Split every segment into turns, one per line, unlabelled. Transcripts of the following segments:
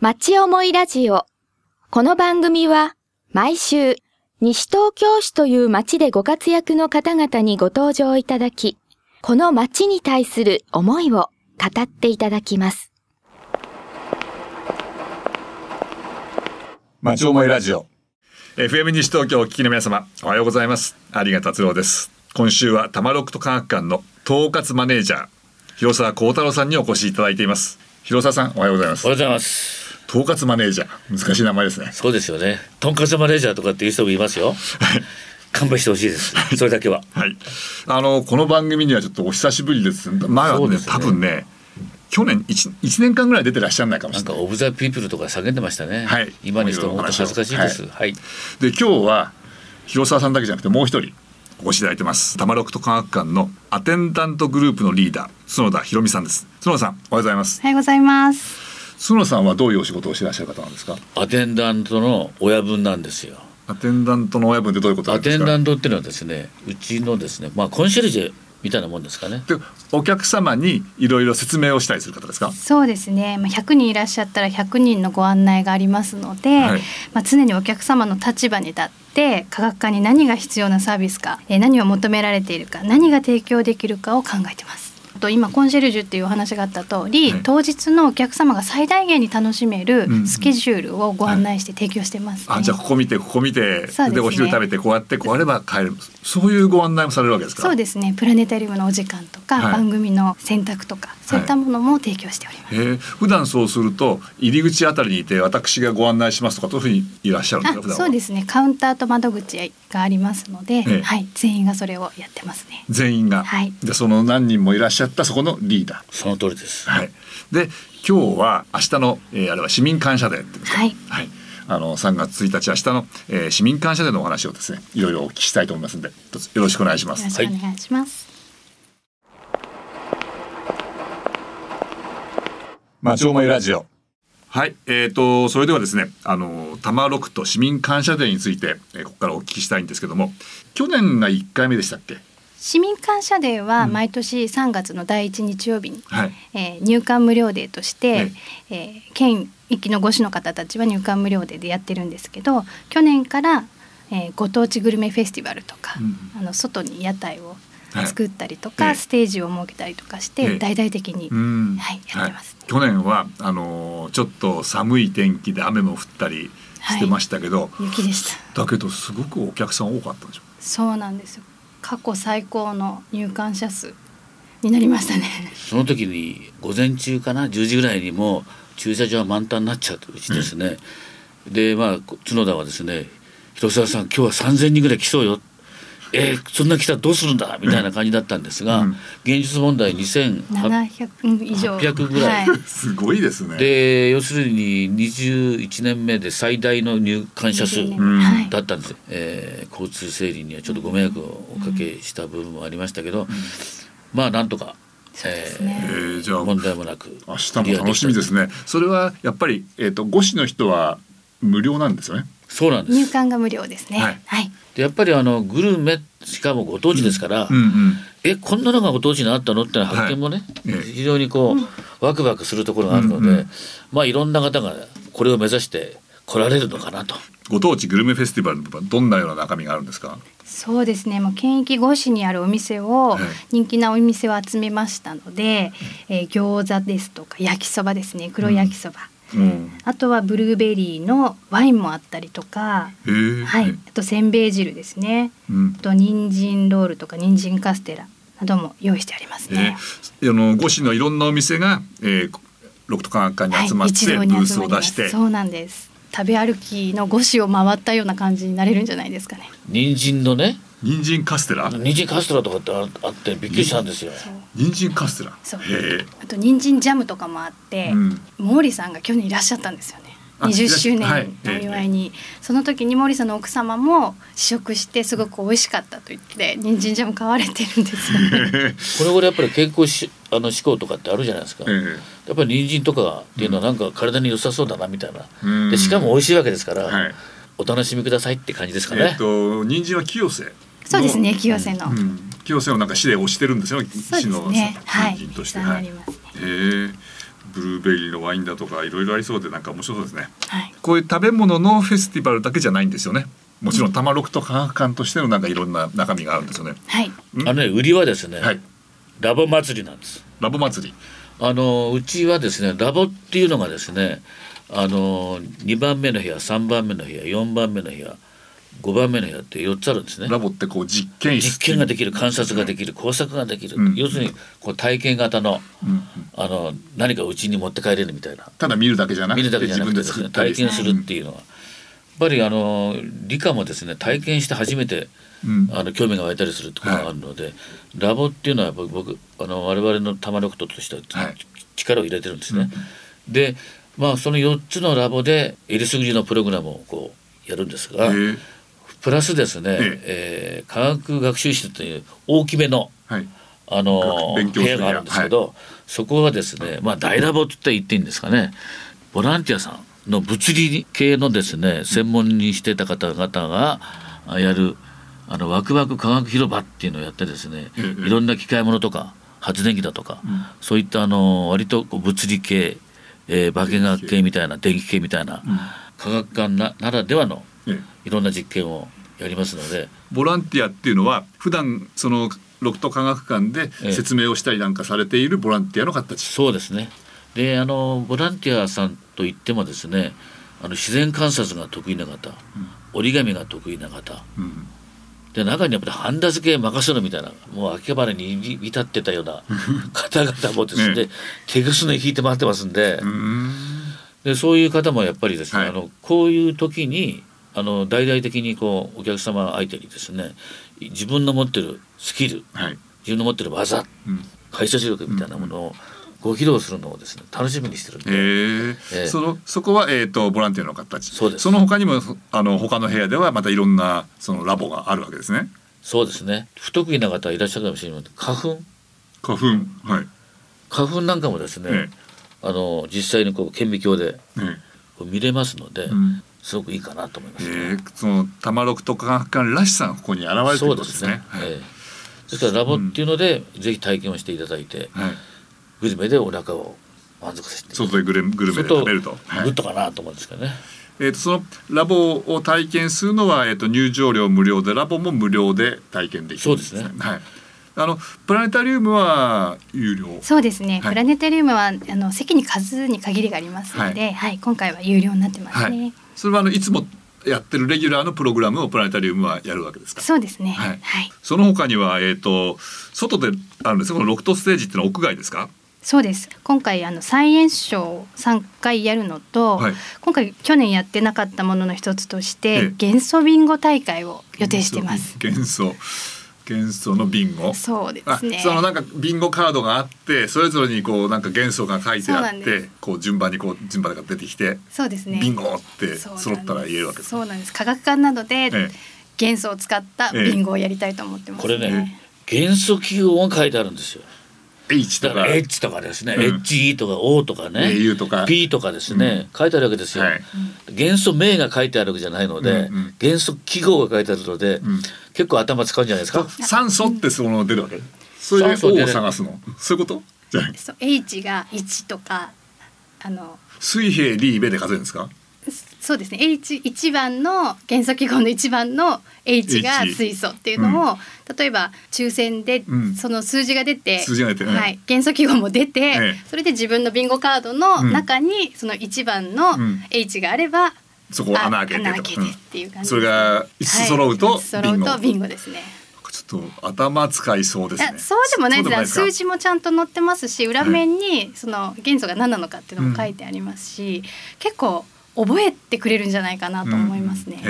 町思いラジオ。この番組は毎週西東京市という町でご活躍の方々にご登場いただき、この町に対する思いを語っていただきます。
町思いラジオ FM 西東京をお聞きの皆様おはようございます有賀達郎です今週は玉六都科学館の統括マネージャー広沢幸太郎さんにお越しいただいています広沢さんおはようございま
お
す
はようございます。
統括マネージャー難しい名前ですね
そうですよね。とんかつマネージャーとかっていう人もいますよ。勘弁してほしいです。それだけは。
はいあのこの番組にはちょっとお久しぶりです前は
そう
ね
ですね
多分ね去年 1, 一年間ぐらい出てらっしゃらないかもし
な
れな
ん
い
かオブザピープルとか叫んでましたね。
はい
今にしても本当恥ずかしいです。はい。
で今日は広沢さんだけじゃなくてもう一人お越しいただいてます玉六都科学館のアテンダントグループのリーダー角田博美さんです角田さんおはようございます
おはようございます。
角田さんはどういうお仕事をしてらっしゃる方なんですか
アテンダントの親分なんですよ。
アテンダントの親分ってどういうことな
ア
んで
テ
す
ン
か
ダントっていうのはですね、うちのですね、まあコンシェルジェみたいなもんですかね。
でお客様にいろいろ説明をしたりする方ですか
そうですね。まあ100人いらっしゃったら100人のご案内がありますので、
はい
まあ常にお客様の立場に立って科学館に何が必要なサービスか、えー何を求められているか、何が提供できるかを考えてます。あと今コンシェルジュっていうお話があった通り、
はい
当日のお客様が最大限に楽しめ
うんうん
るスケジュールをご案内して提供してます、ね
あじゃあここ見てここ見て
そうですね
でお昼食べてこうやってこうやれば帰るそういうご案内もされるわけですか
そうですね。プラネタリウムのお時間とか、
はい
番組の選択とか、そういったものも提供しております。
へえ普段そうすると入り口あたりにいて私がご案内しますとかというふうにいらっしゃるんですか普
あ
段は
そうですねカウンターと窓口がありますので、
ええ
はい、全員がそれをやってますね
全員が、
はい
でその何人もいらっしゃったそこのリーダ
その通りです
ー、。はい、で今日は明日の、えーあれは市民感謝デーっていうんですか
はい
はい、あの3月1日明日の、えー市民感謝デーのお話をですねいろいろお聞きしたいと思いますのでどうぞよろしくお願いしま
よ
す
ろしくお願いします、
町お前ラジオはいえー、とそれではですねあの多摩六都市民感謝デーについて、えーここからお聞きしたいんですけども去年が1回目でしたっけ
市民感謝デーは
うん
毎年3月の第一日曜日に、
はい
えー入館無料デーとして
え、
えー県域の護市の方たちは入館無料デーでやってるんですけど去年から、えーご当地グルメフェスティバルとか、
うん
あの外に屋台を
はい
作ったりと
え
か、
え
ステージを設けたりとかして、
ええ
大々的に、
うん
はいやってますね
去年はあのーちょっと寒い天気で雨も降ったりしてましたけど、
雪でした。
だけどすごくお客さん多かったでしょ
そうなんですよ。過去最高の入館者数になりましたね。
その時に午前中かな10時ぐらいにもう駐車場は満タンになっちゃうとうちですね、でまあ角田はですね「広沢さん今日は3,000人ぐらい来そうよ」えー、そんな来たらどうするんだみたいな感じだったんですが、
うん
現実問題2800
700以上。
800ぐらい
は
すごいですね
で要するに21年目で最大の入館者数
20年
うん
はい
だったんですよ、えー交通整理にはちょっとご迷惑をおかけした部分もありましたけど、まあなんとか、
そうですね
えーじゃあ
問題もなく
明日も楽しみですねそれはやっぱり、えー、と5市の人は無料なんですよね
そうなんです
入館が無料ですね。
は
はいい。
でやっぱりあのグルメしかもご当地ですから、
ん
えこんなのがご当地にあったのってのは発見もね、
はいええ
非常にこう、ワクワクするところがあるので、
うんうん
まあいろんな方がこれを目指して来られるのかなと。
ご当地グルメフェスティバルの部分はどんなような中身があるんですか
そうですね。もう県域越しにあるお店を、
はい
人気なお店を集めましたので、えー餃子ですとか焼きそばですね。黒焼きそば。
うん
あとはブルーベリーのワインもあったりとか、
へえ
はい。あとせんべい汁ですね。
うん
あと人参ロールとか人参カステラなども用意してあります
え
ね。
ーあの5市のいろんなお店が、えー、六都科学館に集まって、
はい、一堂
ブー
に集
ス
ま
を
り
出
ま
し
す
て
そうなんです食べ歩きの五市を回ったような感じになれるんじゃないですかね
人参のね
人参カステラ
人参カステラとかってああってびっくりしたんですよ。
人参カステラ
そう
へ
あと人参ジャムとかもあって、
うん
毛利さんが去年いらっしゃったんですよね
あ
20周
いらっしゃはい
年のお祝いに、その時に毛利さんの奥様も試食してすごく美味しかったと言って人参ジャム買われてるんですよね
え
これぐらいやっぱり健康しあの志向とかってあるじゃないですか。
え
やっぱり人参とかっていうのはなんか体に良さそうだなみたい
うん
な。でしかも美味しいわけですから、
はい
お楽しみくださいって感じですかね。
えっと人参は清瀬の
そうですね清瀬の、
うん、清瀬のなんか市で推してるんですよ
そうで
市
す
の
ねはい
人参として
さんに
は
ないりますね
へえブルーベリーのワインだとかいろいろありそうでなんか面白そうですね
はい、
こういう食べ物のフェスティバルだけじゃないんですよねもちろん玉六と科学館としてのなんかいろんな中身があるんですよね
はい、
うん
あのね売りはですね、
はい
ラボ祭りなんです
ラボ祭り
あのうちはですねラボっていうのがですねあの2番目の部屋3番目の部屋4番目の部屋5番目の部屋って4つあるんですね
ラボってこう実験室
実験ができる観察ができる工作ができる、
うん
要するにこう体験型の
うんうん
あの何かうちに持って帰れるみたいな
ただ見るだけじゃなく
見る
て
だけじゃ
自
なく
分で
てです
作
ね
ったり
体験するっていうのは、やっぱりあの理科もですね体験して初めて
うん
あの興味が湧いたりするってことがあるので、ラボっていうのはやっぱり僕あの我々の玉力としては
はい
力を入れてるんですね。でまあその4つのラボでえりすぐりのプログラムをこうやるんですが、
えー
プラスですね、
え
えー科学学習室という大きめの
はい
あの
勉強
部
する
屋があるんですけど、そこはですね、まあ、大ラボって言っていいんですかねボランティアさんの物理系のですね専門にしてた方々があやるあのワクワク科学広場っていうのをやってですね、
ええ
いろんな機械物とか発電機だとか、
ん
そういったあの割とこう物理系、えー化学系みたいな電気系みたいな、
ん
科学館なならではの
えー
いろんな実験をやりますので。
ボランティアっていうのは普段その六都科学館で
ええ
説明をしたりなんかされているボランティアの方たち、
そうですね。で、あのボランティアさんといってもですね、あの自然観察が得意な方、折り紙が得意な方、
うん
で中にやっぱりハンダ付け任せろみたいな、もう秋葉原に至ってたよ うな方々もです
ええ
ね、手ぐすね引いて回ってますんで、
うん
でそういう方もやっぱりですね、
はい
あのこういう時にあの大々的にこうお客様相手にですね、自分の持ってるスキル、
はい、
自分の持ってる技、
うん
解説力みたいなものをご披露するのをですね楽しみにしてるん
え
で、
ー
ええ
そのそこは、えー、とボランティアの方たち
そうです
の他にもそあの他の部屋ではまたいろんなそのラボがあるわけですね
そうですね不得意な方いらっしゃるかもしれません花粉
花粉はい、
花粉なんかもですね、
え
あの実際にこう顕微鏡で
ええ
こう見れますの
え
で、
うん
すごくいいかなと思いま
え
す、
ーその玉六都科学館らしさがここに現れて
そ
る
うんで
ですす
ね
ねはい
ええですからラボっていうので、ぜひ体験をしていただいて
はい、
グルメでお腹を満足させて
外でグルメグルメで食べると、はい
グッとかなと思うんですけどね
えー、とそのラボを体験するのは、えー、と入場料無料でラボも無料で体験できるんですね。
そうです
はい、あのプラネタリウムは有料
そうですね、
はい
プラネタリウムはあの席に数に限りがありますので、
は
はい、今回は有料になってますね。
はいそれはあのいつもやってるレギュラーのプログラムをプラネタリウムはやるわけですか。
そうですね、
はい
はい、
その他には、えー、と外であるんですねこのロクトステージっていうのは屋外ですか、
そうです。今回あのサイエンスショーを3回やるのと、
はい
今回去年やってなかったものの一つとし
え
て、元素ビンゴ大会を予定してます。
幻想幻想のビンゴ
そうで
あ
すね。
そのなんかビンゴカードがあってそれぞれにこうなんか元素が書いて
そう
あ
な
っ
んで
て
す
こう順番にこう順番が出てきて
そうですね。
ビンゴって
そうなんです
揃ったら言えるわけです。
そうなんです。科学館などで
ええ
元素を使ったビンゴをやりたいと思ってます、
これね、元素記号が書いてあるんですよ
H
だ
と
か
から
H とかですね、
うん
HE とか O とかね
AU とか
P とかですね、書いてあるわけですよ、
はい
元素名が書いてあるわけじゃないので、
うんうん
元素記号が書いてあるの
ん
で、結構頭使うんじゃないですか、
酸素ってその出るわけ。そういう
酸素出
O
る
を探すの。そういうこと？じゃない。
そう H が1とかあの
水平リーベで数えるんですか？
そうですね H1 番の元素記号の1番の H が
H
水素っていうのを、例えば抽選で
うん
その数字が出て、
数字が出てね
はい、元素記号も出て、
ええ
それで自分のビンゴカードの中にその1番の
うん
H があれば、
そこを
あ
穴開けて
穴
と
開
か
けてっていう感じです
それが一つ揃うと
はい揃うと
ビ
ビ
ン
ン
ゴ。
ゴですね。
ちょっと頭使いそうで
い
すね。
やそうでもないです
そう
数
か
字もちゃんと載ってますし裏面にその元素が何なのかっていうのも書いてありますし、結構覚えてくれるんじゃないかなと思います
うん
ね。
へ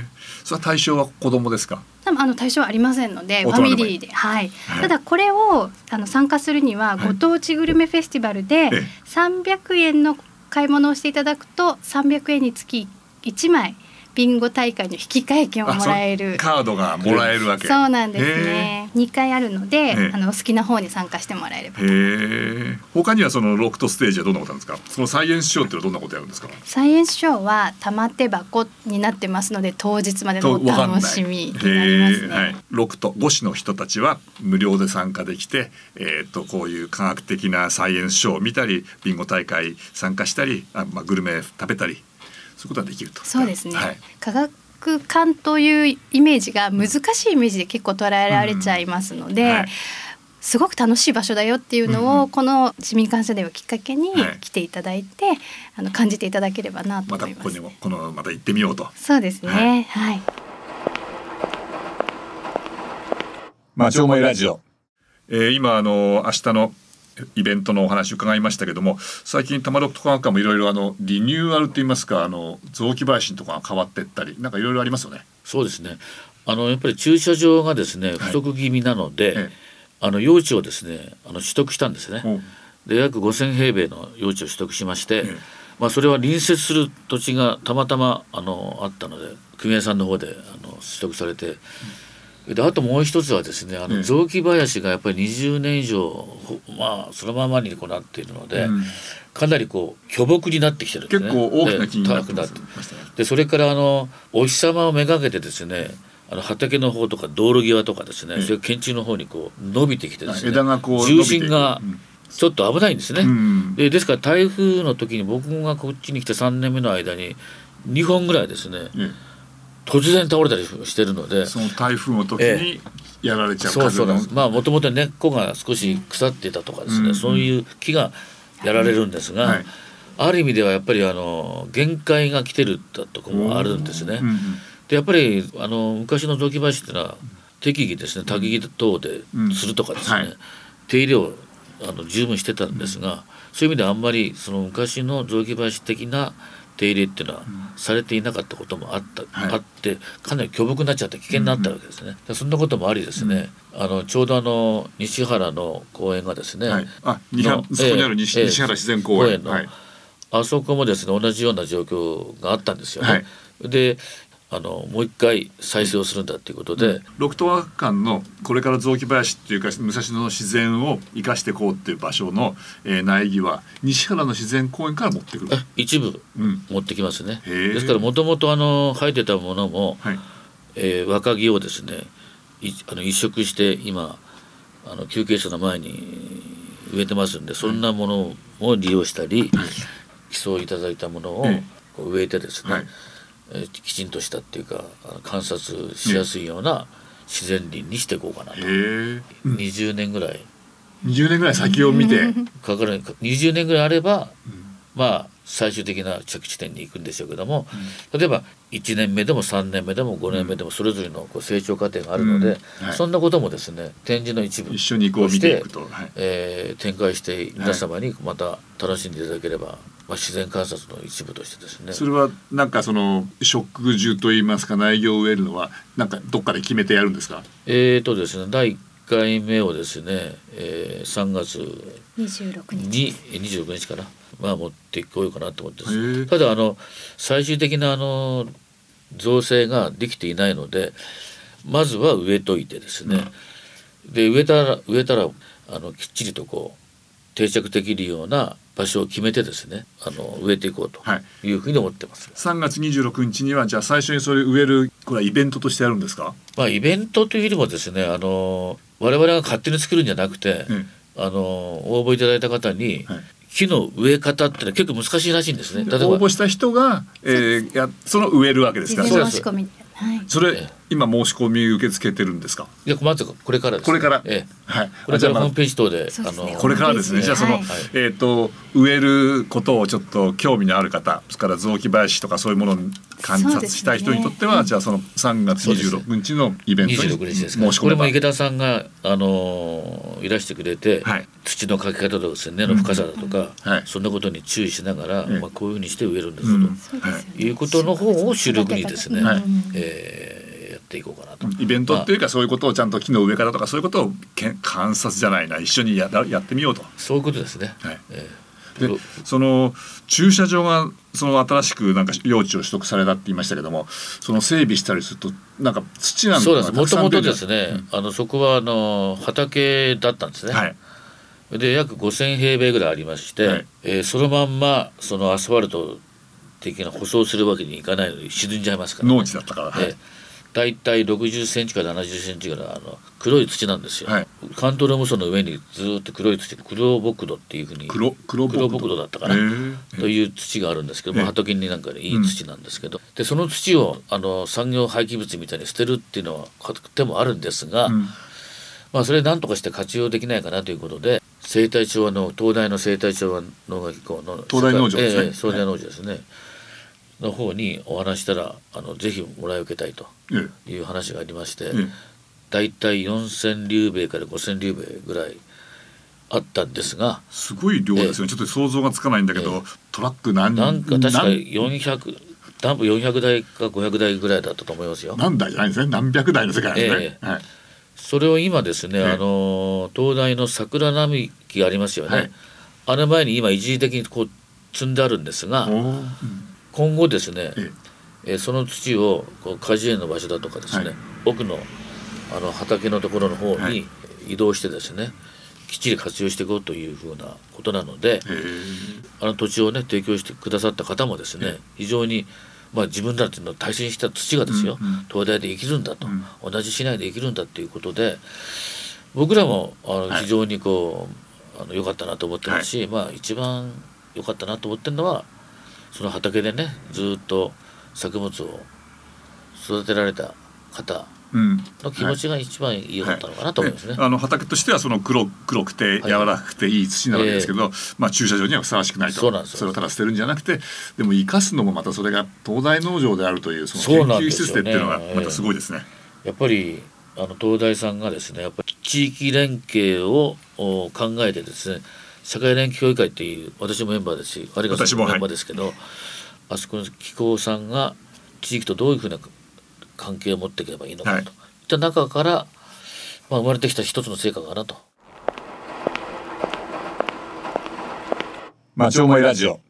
え。それは対象は子供ですか？
多分あの対象はありませんのでフ
大
ァ
人で
ミ
もいい
リーで、はい
はい
ただこれをあの参加するには
はい
ご当地グルメフェスティバルで
ええ
300円の買い物をしていただくと300円につき1枚ビンゴ大会の引換券をもらえ
あそ
る
うカードがもらえるわけ。
そうなんですね2回あるので、
ええ
あのお好きな方に参加してもらえれば
へー。へえ。他にはそのロックとステージはどんなことなんですか。そのサイエンスショーっていうのはどんなことやるんですか。
サイエンスショーは玉手箱になってますので当日までのお
わかんない
楽しみになります
へー
ね、
はい、六と五市の人たちは無料で参加できて、えっ、とこういう科学的なサイエンスショーを見たり、ビンゴ大会参加したり、あまあグルメ食べたり、そういうことができると。
そうですね、
はい。
科学館というイメージが難しいイメージで結構捉えられちゃいますので、
うんはい
すごく楽しい場所だよっていう
うん
の
うん
をこの市民感謝デーをきっかけに
はい
来ていただいて、あの感じていただければなと
また
思い
こ
ま
こ
す。
にもこのまた行ってみようと。
そうです
は
ね、はい、
マチョモイラジオ。えー今あの明日のイベントのお話伺いましたけども最近玉ロック科学館もいろいろあのリニューアルといいますかあの雑木林のとかが変わってったりなんかいろいろありますよね。
そうですね。あのやっぱり駐車場がですね不足気味なので、
ええ
あの用地をですねあの取得したんですね。
うん
で約5,000平米の用地を取得しまして、
え
まあそれは隣接する土地がたまたまあのあったので組合さんの方であの取得されて。であともう一つはですね
え
あ
え
の雑木林がやっぱり20年以上、ほまあそのままにこうなっているので、
うん
かなりこう巨木になってきてるんですね
結構大きな木になって
で
ま
高
す
く
ましたね。
でそれからあのお日様をめがけてですねあの畑の方とか道路際とかですね、
ええ
それから建築の方にこう伸びてきてですね
枝がこう伸びていく
重心が
うん
ちょっと危ないんですね、
うん
でですから台風の時に僕がこっちに来て3年目の間に2本ぐらいですね
え
突然倒れたりしてるので
えその台風の時
え
にやられちゃう
そうそ
風
うなん
の
ですまあもともと根っこが少し腐っていたとかです
う
ね、
ん
そういう木がやられるんですが、
はい
ある意味ではやっぱりあの限界が来てるだとこもあるんですね。
うんうん
でやっぱりあの昔の雑木林ってのは適宜ですね焚き木等で
うん
するとかですね、
はい
手入れをあの十分してたんですが、そういう意味ではあんまりその昔の雑木林的な手入れっていうのはされていなかったこともあった、
はい
あってかなり巨木になっちゃって危険になったわけですね、でそんなこともありですね、あのちょうどあの西原の公園がですね、
はいあ西原
の
そこにある西西原自然公園
の、
はい
あそこもですね同じような状況があったんですよね。
はい
であのもう一回再生をするんだっていうことで、
六都和館のこれから雑木林っていうか武蔵野の自然を生かしていこうっていう場所の、えー苗木は西原の自然公園から持ってくる
え。一部
うん。
持ってきますね。
へー
ですからもともとあの生えてたものも、
はい。
えー若木をですねいあの移植して今あの休憩所の前に植えてますんでそんなものを利用したり、寄贈いただいたものを
ええ
こう植えてですね、
はい
えーきちんとしたっていうかあの観察しやすいような自然林にしていこうかなと、
へえ。
20年ぐらい
20年ぐらい先を見 て。
かかるか20年ぐらいあれば、まあ最終的な着地点に行くんでしょうけども、例えば1年目でも3年目でも5年目でもそれぞれのこう成長過程があるので、
うんはい
そんなこともですね展示の一部
一緒にこう
とし
見ていくとはい
えー展開して皆様にまた楽しんでいただければ、まあ、自然観察の一部としてですね
それはなんかその植樹といいますか苗木を植えるのはなんかどっかで決めてやるんですか。
えーとですね第1回目をですね、えー3月
26日
にえ26日かな、まあ、持ってこようかなと思ってま
へえ
すただあの最終的なあの造成ができていないのでまずは植えといてですね、で植えたら植えたらあのきっちりとこう定着できるような場所を決めてですねあの植えていこうと
はい
いうふうに思ってます、
3月26日にはじゃあ最初にそれ植えるこれはイベントとしてやるんですか。
まあ、イベントというよりもですねあの我々が勝手に作るんじゃなくて、
え
あの応募いただいた方に、
はい
木の植え方ってのは結構難しいらしいんですね。例えば
応募した人が、えー、やその植えるわけです
事
から
そうで
前申
す
し込みで、はい、
それ、
ええ
今申し込み受け付けてるんですか。
いやまずこれからです、
これから。
ええ、
はい。あ
これから
じゃ
ホ
あ
ー
まあ
ムページ等で、
そうですね
これからですね。
はい
じゃあその、
はい
えっ、と植えることをちょっと興味のある方、ですから雑木林とかそういうものを観
そう
察
ですね
したい人にとっては、じゃあその3月26日のイベントに
二十六日ですから、
申し込
こ
め
れも
ば。
池田さんがあのーいらしてくれて、
はい
土のかけ方とかですね根の深さだとか、
はい
そんなことに注意しながら、
ええ
まあこういうふうにして植えるんです
う
よと、
ん
そうですよね
いうことの方を主力にですね、
育て方
はい
えーやっていこうかなと。
イベントっていう
まあ
かそういうことをちゃんと木の植え方とかそういうことをけん観察じゃないな一緒にやらやってみようと
そういうことですね。
はい
え
で
そう
その駐車場がその新しくなんか用地を取得されたって言いましたけどもその整備したりするとなんか土なんか
そうで
が
す。
た
も
く
と
さ
も
ん出
と
て
ですね、あのそこはあの畑だったんですね。
はい
で約5,000平米ぐらいありまして、
はい
えーそのまんまそのアスファルト的な舗装するわけにいかないので沈んじゃいますから、
農地だったから、はい
えー大体60センチから70センチぐらいあの黒い土なんですよ、
はい
関東ロム層の上にずーっと黒い土黒木土っていうふうに
黒黒木土
木土だったかな、
へー
という土があるんですけど、
え
まあ、
え
畑になんかでいい土なんですけど、でその土をあの産業廃棄物みたいに捨てるっていうのは手もあるんですが、
うん
まあ、それ何とかして活用できないかなということで生態調和の東大の生態調和農学機構の
東大農場ですね
ええ東大農場ですね、の方にお話したらあのぜひもらい受けたいと
ええ
いう話がありまして、
ええ
大体4,000流米から5,000流米ぐらいあったんですが
すごい量ですよね、ちょっと想像がつかないんだけど、トラック何
なんか確か
何
400ダンプ400台か500台ぐらいだったと思いますよ。
何台じゃないんですね何百台の世界ですね、
え
はい、
それを今ですね、
ええ
あの東大の桜並木がありますよね、
はい
あの前に今一時的にこう積んであるんですが
おーうん
今後ですね、
え
えーその土をこう果樹園の場所だとかですね、
はい
奥のあの畑のところの方
はい
に移動してですね、きっちり活用していこうというふうなことなので
えへー
あの土地をね提供してくださった方もですね、非常にまあ自分たちの対戦した土がですよ、
うんうん
東大で生きるんだと、
うん
同じ市内で生きるんだということで僕らもあの
はい
非常にこう、あの良かったなと思ってますし、まあ一番良かったなと思ってるのはその畑でねずっと作物を育てられた方
うん
の気持ちが一番良かったのかなと思いますね。
はいあの畑としてはその黒黒くて
はい
柔らかくていい土なわけですけど、まあ駐車場にはふさわしくないと
そうなんです
れをただ捨てるんじゃなくてでも生かすのもまたそれが東大農場であるというそ
そう
の
なん
研
で
究
す
施設
よね
でっていうのがまたすごいですね。
やっぱりあの東大さんがですねやっぱり地域連携をお考えてですね社会連携協議会っていう私もメンバーですし有川さ
私
ん
も
も
はい
メンバーですけど、あそこの機構さんが地域とどういうふうな関係を持っていけばいいのかと、
はい
い、った中から、まあ、生まれてきた一つの成果かなと。
まあ、町前ラジオ。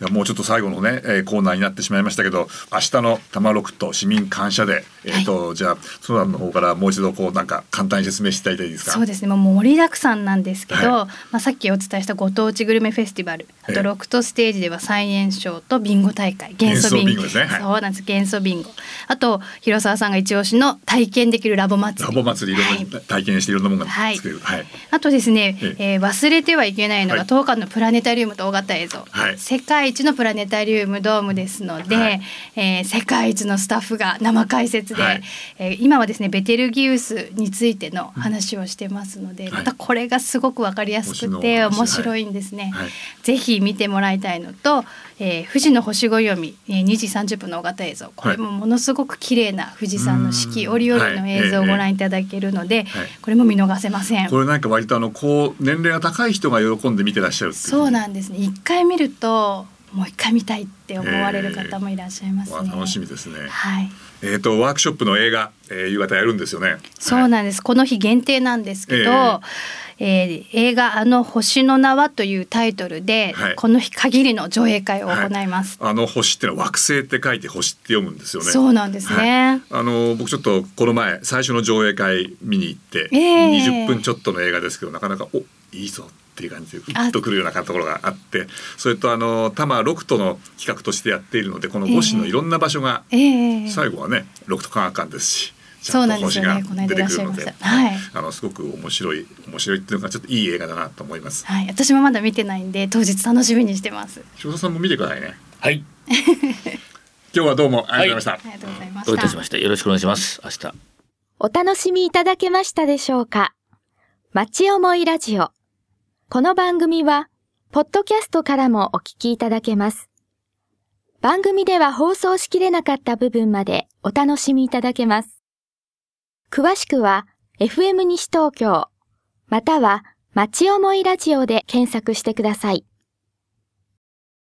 いやもうちょっと最後のね、えーコーナーになってしまいましたけど明日の多摩六と市民感謝で、えーとじゃあソナの方からもう一度こうなんか簡単に説明していただいていいですか
そうですね、まあ、盛りだくさんなんですけど、
は
まあ、さっきお伝えしたご当地グルメフェスティバルあ
ええ
とロクトステージでは最年少とビンゴ大会元素ビン
元素ビンゴ
ゴ
ですねはい
そうなんです元素ビンゴあと広沢さんが一押しの体験できるラボ祭
ラ
り
ボ祭りいろんな体験していろんなものが作れる、はい
あとですね、
え
えー忘れてはいけないの
は
が
い
当館のプラネタリウムと大型映像、
はい
世界一のプラネタリウムドームですので、
はい
えー世界一のスタッフが生解説で、
はい
えー今はですねベテルギウスについての話をしてますので、
はい
またこれがすごくわかりやすくて
星のお話
面白いんですね、
はい
ぜひ見てもらいたいのと、えー富士の星ご読み、えー2時30分の大型映像これもものすごく綺麗な富士山の四季
はい
折々の映像をご覧いただけるので、
はい
これも見逃せません。
これなんか割とあのこう年齢が高い人が喜んで見てらっしゃるっていう
そうなんですね。一回見るともう一回見たいって思われる方もいらっしゃいますね。
わあ楽しみですね
はい。
えっ、とワークショップの映画、えー、夕方やるんですよね
そうなんです。この日限定なんですけど、えー映画あの星の名はというタイトルで、
はい
この日限りの上映会を
は
行います。
あの星ってのは惑星って書いて星って読むんですよね
そうなんですね。
はいあの僕ちょっとこの前最初の上映会見に行って、
ええ
20分ちょっとの映画ですけどなかなかおいいぞっていう感じでグッとくるようなところがあってそれとあの多摩六都の企画としてやっているのでこの五市のいろんな場所が、
ええ
最後はね六都科学館ですし
そうなんですよ
ちゃん
ね
と星が出てくるので
この間いらっしゃいました
あ
はい
のすごく面白い面白いっていうのがちょっといい映画だなと思います
はい。私もまだ見てないんで当日楽しみにしてます。
塩田さんも見てくださいね
はい、
今日はどうもありがとうございました、
ありがとうございま
どういた
し。
したましてよろしくお願いします明日。
お楽しみいただけましたでしょうか町思いラジオ。この番組は、ポッドキャストからもお聞きいただけます。番組では放送しきれなかった部分までお楽しみいただけます。詳しくは、FM 西東京、または、町思いラジオで検索してください。